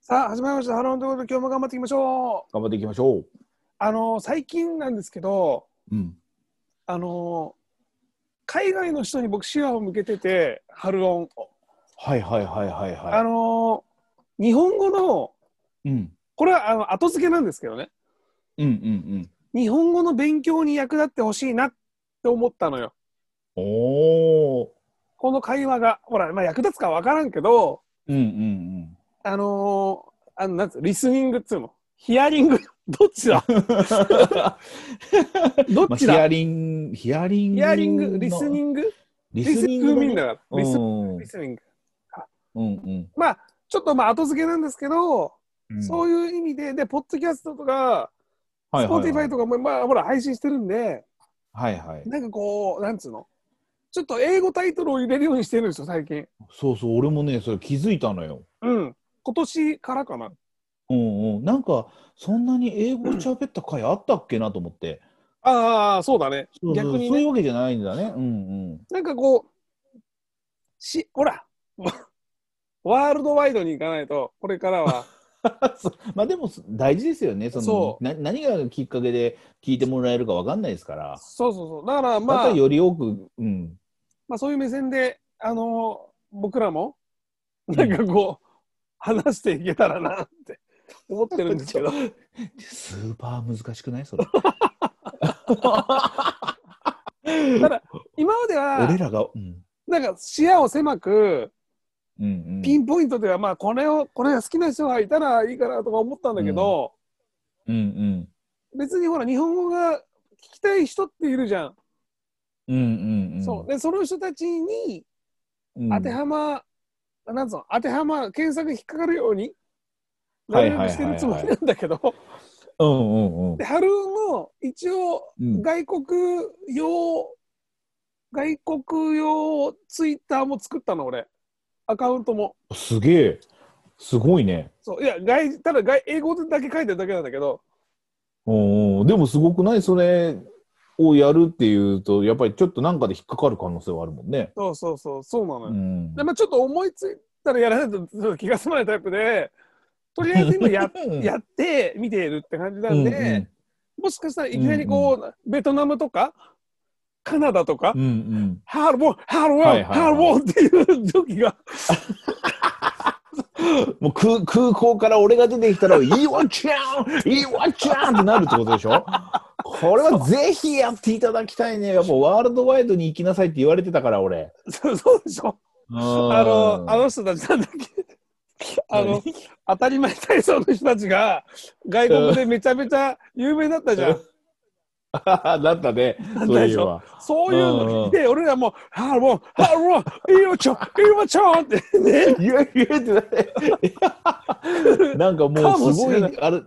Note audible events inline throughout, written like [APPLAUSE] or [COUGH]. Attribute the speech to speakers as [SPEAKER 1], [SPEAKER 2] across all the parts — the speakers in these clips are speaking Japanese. [SPEAKER 1] さあ、始まりました。ハローということで、今日も頑張っていきましょう。
[SPEAKER 2] 頑張っていきましょう。
[SPEAKER 1] あのー、最近なんですけど、
[SPEAKER 2] うん。
[SPEAKER 1] あのー、海外の人に僕、視野を向けてて、春音。
[SPEAKER 2] はいはいはいはいはい。
[SPEAKER 1] あのー、日本語の、
[SPEAKER 2] うん。
[SPEAKER 1] これはあの後付けなんですけどね、
[SPEAKER 2] うんうん
[SPEAKER 1] 日本語の勉強に役立ってほしいなって思ったのよ。
[SPEAKER 2] うん。おお。
[SPEAKER 1] この会話が、ほら、まあ、役立つかわからんけど、
[SPEAKER 2] うんうん
[SPEAKER 1] あのー、あのなんつうリスニングっつうの、ヒアリング、 [LAUGHS] どっちだ、
[SPEAKER 2] うん。
[SPEAKER 1] ど
[SPEAKER 2] まあ、
[SPEAKER 1] っち
[SPEAKER 2] ヒ
[SPEAKER 1] だ、
[SPEAKER 2] アリング、ヒアリング。
[SPEAKER 1] ヒアリング、リスニ
[SPEAKER 2] グ。
[SPEAKER 1] ング、リ
[SPEAKER 2] リス
[SPEAKER 1] スニ
[SPEAKER 2] ニン
[SPEAKER 1] ン
[SPEAKER 2] グ
[SPEAKER 1] グ
[SPEAKER 2] の。
[SPEAKER 1] みんなが、リス
[SPEAKER 2] うん
[SPEAKER 1] リスニング。
[SPEAKER 2] うんうん。
[SPEAKER 1] まあ、ちょっとまあ後付けなんですけど、
[SPEAKER 2] うん
[SPEAKER 1] そういう意味で、で、ポッドキャストとか、
[SPEAKER 2] はい
[SPEAKER 1] スポ
[SPEAKER 2] は
[SPEAKER 1] ーテ
[SPEAKER 2] い
[SPEAKER 1] ィファイとかも、まあ、ほら、配信してるんで、
[SPEAKER 2] はいはい。
[SPEAKER 1] なんかこう、なんつうの、ちょっと英語タイトルを入れるようにしてるんですよ、最近。
[SPEAKER 2] そうそう、俺もね、それ気づいたのよ。
[SPEAKER 1] うん。今年からかな。
[SPEAKER 2] うんうん。なんか、そんなに英語喋った回あったっけなと思って。
[SPEAKER 1] ああ、そうだね。
[SPEAKER 2] そうそう
[SPEAKER 1] 逆にね
[SPEAKER 2] そういうわけじゃないんだね。うんうん。
[SPEAKER 1] なんかこう、し、ほら、 [LAUGHS] ワールドワイドに行かないと、これから
[SPEAKER 2] [LAUGHS]
[SPEAKER 1] は。
[SPEAKER 2] [LAUGHS] そうまあでもそ大事ですよね。その
[SPEAKER 1] そ
[SPEAKER 2] な何がきっかけで聞いてもらえるかわかんないですから。
[SPEAKER 1] そうそうそう。だから
[SPEAKER 2] ま
[SPEAKER 1] まあ
[SPEAKER 2] た、より多く、うん、
[SPEAKER 1] まあそういう目線で、あの僕らも、なんかこう、話していけたらなって [LAUGHS] 思ってるんですけど。
[SPEAKER 2] スーパー難しくない [LAUGHS] それ
[SPEAKER 1] 今まで
[SPEAKER 2] 俺
[SPEAKER 1] は、
[SPEAKER 2] らが、うん、
[SPEAKER 1] なんか視野を狭く、
[SPEAKER 2] うんうん
[SPEAKER 1] ピンポイントでは、まあこれを、これが好きな人がいたらいいかなとか思ったんだけど、
[SPEAKER 2] うんうん
[SPEAKER 1] 別にほら、日本語が聞きたい人っているじゃん。
[SPEAKER 2] うんうんうん
[SPEAKER 1] そう。で、その人たちに
[SPEAKER 2] うん
[SPEAKER 1] 当てはま、なんつうの、当てはま、検索引っかかるように、な
[SPEAKER 2] はい
[SPEAKER 1] る
[SPEAKER 2] はい
[SPEAKER 1] べ
[SPEAKER 2] はいはい
[SPEAKER 1] くしてるつもりなんだけど、
[SPEAKER 2] うんうんうん
[SPEAKER 1] で、春の一応、
[SPEAKER 2] うん
[SPEAKER 1] 外国用、外国用ツイッターも作ったの、俺。アカウントも。
[SPEAKER 2] すげえすごいね
[SPEAKER 1] そう。いや、外、ただ外、英語だけ書いてるだけなんだけど、
[SPEAKER 2] うんうんでもすごくないそれをやるっていうとやっぱりちょっとなんかで引っかかる可能性はあるもんね
[SPEAKER 1] そうそうそう、そうなのよ。
[SPEAKER 2] うん
[SPEAKER 1] で、まあちょっと思いついたらやらないとちょっと気が済まないタイプで、とりあえず今
[SPEAKER 2] [LAUGHS]
[SPEAKER 1] ややって見ているって感じなんで、もしかしたらいきなりこう、ベトナムとか、カナダとか、
[SPEAKER 2] うんうん
[SPEAKER 1] ハールボー、ハールボ
[SPEAKER 2] は
[SPEAKER 1] ー、
[SPEAKER 2] いはいはい
[SPEAKER 1] ハールボーっていう時が [LAUGHS]
[SPEAKER 2] うんもう空空港から俺が出てきたら「イワちゃんイワちゃん!」ってなるってことでしょこれはぜひやっていただきたいねやっぱワールドワイドに行きなさいって言われてたから俺
[SPEAKER 1] そうそうでしょあの、あの人たちなんだっけあの、当たり前体操の人たちが、外国でめちゃめちゃ有名だったじゃん。
[SPEAKER 2] のだったね
[SPEAKER 1] たでしょ
[SPEAKER 2] そう
[SPEAKER 1] そう
[SPEAKER 2] いえば
[SPEAKER 1] いう
[SPEAKER 2] うんう
[SPEAKER 1] の
[SPEAKER 2] ん
[SPEAKER 1] で、俺らもう、ハロー、ハロー、イワちょ、イワちょってね、
[SPEAKER 2] いやいやってなってなんか
[SPEAKER 1] か
[SPEAKER 2] も
[SPEAKER 1] も
[SPEAKER 2] うす
[SPEAKER 1] し
[SPEAKER 2] ご
[SPEAKER 1] れない
[SPEAKER 2] いあれ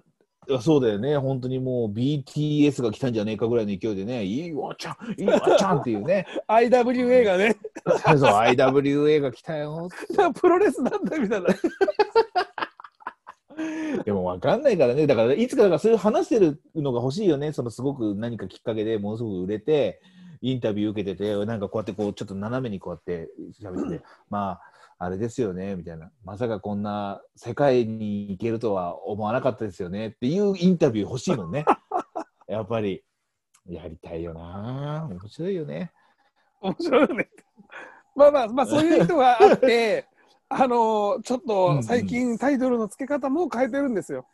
[SPEAKER 2] そうだよね本当にもう BTS が来たんじゃねえかぐらいの勢いでね「いいわちゃんいいわちゃん」っていうね
[SPEAKER 1] IWA がね、
[SPEAKER 2] そう IWA が来たよ
[SPEAKER 1] プロレスなんだみたいな。
[SPEAKER 2] でも分かんないからね、だからいつかだからそういう話してるのが欲しいよね、そのすごく何かきっかけでものすごく売れて、インタビュー受けてて、なんかこうやってこうちょっと斜めにこうやって喋
[SPEAKER 1] [CLEARS THROAT]
[SPEAKER 2] ってて、まあ、あれですよねみたいな、まさかこんな世界に行けるとは思わなかったですよねっていうインタビュー欲しいもん
[SPEAKER 1] [LAUGHS]
[SPEAKER 2] ね、やっぱり。やりたいよな、面白いよね。
[SPEAKER 1] 面白いね。まあまあ、まあ、そういう人があ
[SPEAKER 2] [LAUGHS]
[SPEAKER 1] って、あのちょっと最近タイトルの付け方も変えてるんですよ。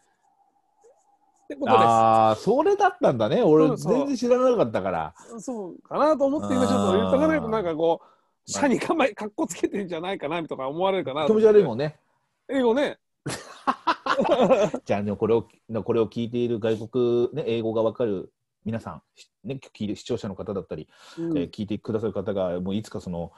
[SPEAKER 1] ってことです。
[SPEAKER 2] ああ、それだったんだね、
[SPEAKER 1] そ
[SPEAKER 2] 俺、
[SPEAKER 1] うそう
[SPEAKER 2] 全然知らなかったから。
[SPEAKER 1] そうかなと思って今ちょっと言っとかないとなんかこう
[SPEAKER 2] あー
[SPEAKER 1] 社に [LAUGHS] 構えかっこつけてんじゃないかなとか思われるかな
[SPEAKER 2] 気持ち悪い
[SPEAKER 1] ん
[SPEAKER 2] もんね。
[SPEAKER 1] 英語ね
[SPEAKER 2] じゃあ、でもこれをこれを聞いている外国、ね、英語がわかる皆さん、しね、聞いて視聴者の方だったり、
[SPEAKER 1] うん
[SPEAKER 2] えー聞いてくださる方が、もういつかその、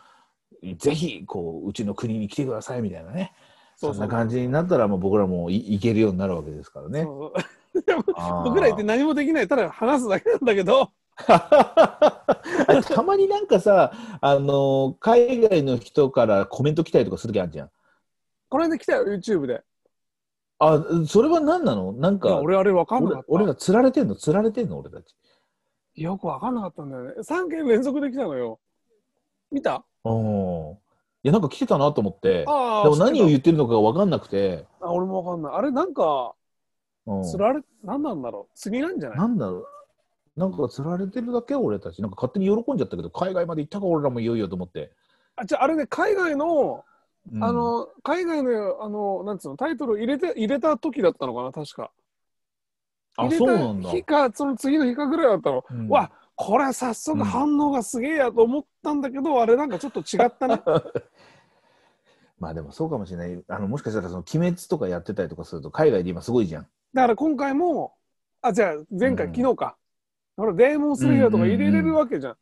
[SPEAKER 2] ぜひこううちの国に来てくださいみたいなね、
[SPEAKER 1] そ
[SPEAKER 2] そ
[SPEAKER 1] うんそう
[SPEAKER 2] な感じになったら、もう僕らもい行けるようになるわけですからね。
[SPEAKER 1] そうでも
[SPEAKER 2] あー
[SPEAKER 1] 僕ら言って何もできないただ話すだけなんだけど
[SPEAKER 2] [LAUGHS] たまになんかさ、あの海外の人からコメント来たりとかする時あるじゃん。
[SPEAKER 1] この間来たよ YouTube で
[SPEAKER 2] あ、それは何なのな
[SPEAKER 1] い
[SPEAKER 2] ん
[SPEAKER 1] や
[SPEAKER 2] か
[SPEAKER 1] 俺あれ分かんなかっ、
[SPEAKER 2] 俺俺
[SPEAKER 1] た
[SPEAKER 2] ら釣られてんの釣られてんの俺たち。
[SPEAKER 1] よく分かんなかったんだよね3件連続で来たのよ見た
[SPEAKER 2] おや、なんか来てたなと思って、
[SPEAKER 1] あ
[SPEAKER 2] でも何を
[SPEAKER 1] う
[SPEAKER 2] 言ってるのかが分かんなくて、
[SPEAKER 1] あ俺もわかんない。あれ、なんか、
[SPEAKER 2] うん、
[SPEAKER 1] 釣られ、何なんだろう。釣りなんじゃない
[SPEAKER 2] なんだろう、なんか釣られてるだけ、俺たち、なんか勝手に喜んじゃったけど、海外まで行ったか、俺らもいよいよと思って。
[SPEAKER 1] あ、じゃあ、あれね、海外の、
[SPEAKER 2] うん
[SPEAKER 1] あの、海外の、あの、なんつうの、タイトル入れて、入れた時だったのかな、確か。
[SPEAKER 2] あ、
[SPEAKER 1] 入れた
[SPEAKER 2] そうなんだ。
[SPEAKER 1] 日か、その次の日かぐらいだったの。
[SPEAKER 2] うん
[SPEAKER 1] わ、これ早速反応がすげえやと思ったんだけど、あれなんかちょっと違った
[SPEAKER 2] [LAUGHS]
[SPEAKER 1] ね。
[SPEAKER 2] まあでもそうかもしれない。あのもしかしたらその鬼滅とかやってたりとかすると海外で今すごいじゃん。
[SPEAKER 1] だから今回も、あ、じゃあ前回、
[SPEAKER 2] うん
[SPEAKER 1] 昨日か。ほら、デーモンスレイヤーとか入れれるわけじゃん。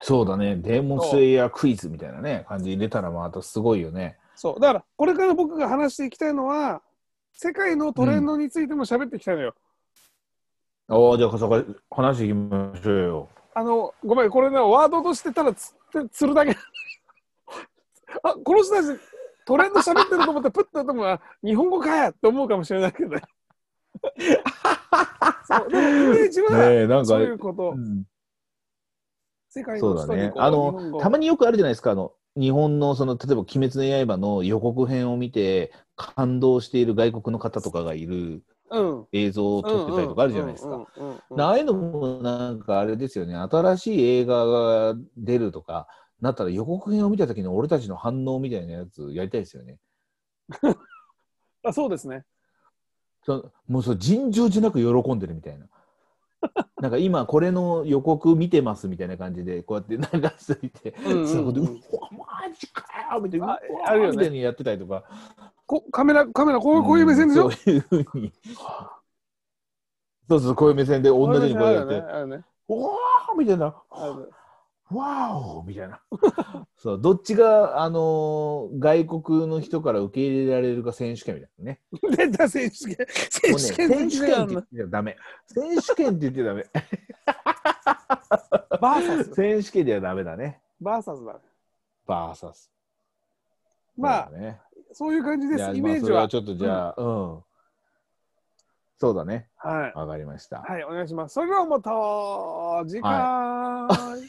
[SPEAKER 2] そうだね。デーモンスレイヤークイズみたいなね、感じ入れたらまたすごいよね。
[SPEAKER 1] そう。だから、これから僕が話していきたいのは、世界のトレンドについても喋っていきたいのよ。
[SPEAKER 2] ああ、じゃあそこ話していきましょうよ。
[SPEAKER 1] あの、ごめん、これね、ワードとしてただつって、釣るだけ。 [LAUGHS] あ、この人たち、トレンド喋ってると思って、プッとでも、あ日本語かやって思うかもしれないけどね。
[SPEAKER 2] [LAUGHS]
[SPEAKER 1] そう、でも、イメージは、
[SPEAKER 2] ねえ、なんか
[SPEAKER 1] そういうこと
[SPEAKER 2] う。ん
[SPEAKER 1] 世界
[SPEAKER 2] そ
[SPEAKER 1] の
[SPEAKER 2] うだ
[SPEAKER 1] 人
[SPEAKER 2] ね
[SPEAKER 1] にこう
[SPEAKER 2] あ
[SPEAKER 1] 日本
[SPEAKER 2] の
[SPEAKER 1] 語
[SPEAKER 2] たまによくあるじゃないですかあの日本のその例えば「鬼滅の刃」の予告編を見て感動している外国の方とかがいる
[SPEAKER 1] うん。
[SPEAKER 2] 映像を撮ってたりとかあるじゃないですか。
[SPEAKER 1] うんうんうんうん
[SPEAKER 2] なああいうのもなんかあれですよね新しい映画が出るとかなったら予告編を見た時の俺たちの反応みたいなやつやりたいですよね。
[SPEAKER 1] あそうですね。
[SPEAKER 2] そもうそう尋常じゃなく喜んでるみたいな。なんか今これの予告見てますみたいな感じでこうやって流しといて
[SPEAKER 1] うんうんうん
[SPEAKER 2] そこでうわマジかよみたいな
[SPEAKER 1] あ
[SPEAKER 2] うわ
[SPEAKER 1] あるよね
[SPEAKER 2] みたいにやってたりとか
[SPEAKER 1] こカメラ、カメラ、こうこういう目線でしょ、
[SPEAKER 2] うんそういうふうにそうそうこういう目線で同じようにこうやって
[SPEAKER 1] あるね。
[SPEAKER 2] 「うわーみたいな
[SPEAKER 1] あるね
[SPEAKER 2] 「わお!」みた
[SPEAKER 1] [LAUGHS]
[SPEAKER 2] いなそうどっちが、あのー外国の人から受け入れられるか選手権みたいなね
[SPEAKER 1] あるね。出た選手権。
[SPEAKER 2] も
[SPEAKER 1] 選
[SPEAKER 2] うね
[SPEAKER 1] 手
[SPEAKER 2] 選手権
[SPEAKER 1] 権的
[SPEAKER 2] って
[SPEAKER 1] なや
[SPEAKER 2] 言っ
[SPEAKER 1] つ
[SPEAKER 2] ちゃダメ選手権って言っちゃダメ
[SPEAKER 1] [LAUGHS] バーサス。
[SPEAKER 2] 選手権ではダメだね。
[SPEAKER 1] バーサスだね。
[SPEAKER 2] バーサス。
[SPEAKER 1] まあ、
[SPEAKER 2] そうだね、
[SPEAKER 1] そういう感じで
[SPEAKER 2] じゃあ
[SPEAKER 1] す。イメージ
[SPEAKER 2] まあそれ
[SPEAKER 1] は
[SPEAKER 2] は。ちょっとじゃあ、うん。そうだね。
[SPEAKER 1] はい。
[SPEAKER 2] わかりました。
[SPEAKER 1] はい、お願いします。それではまた次回。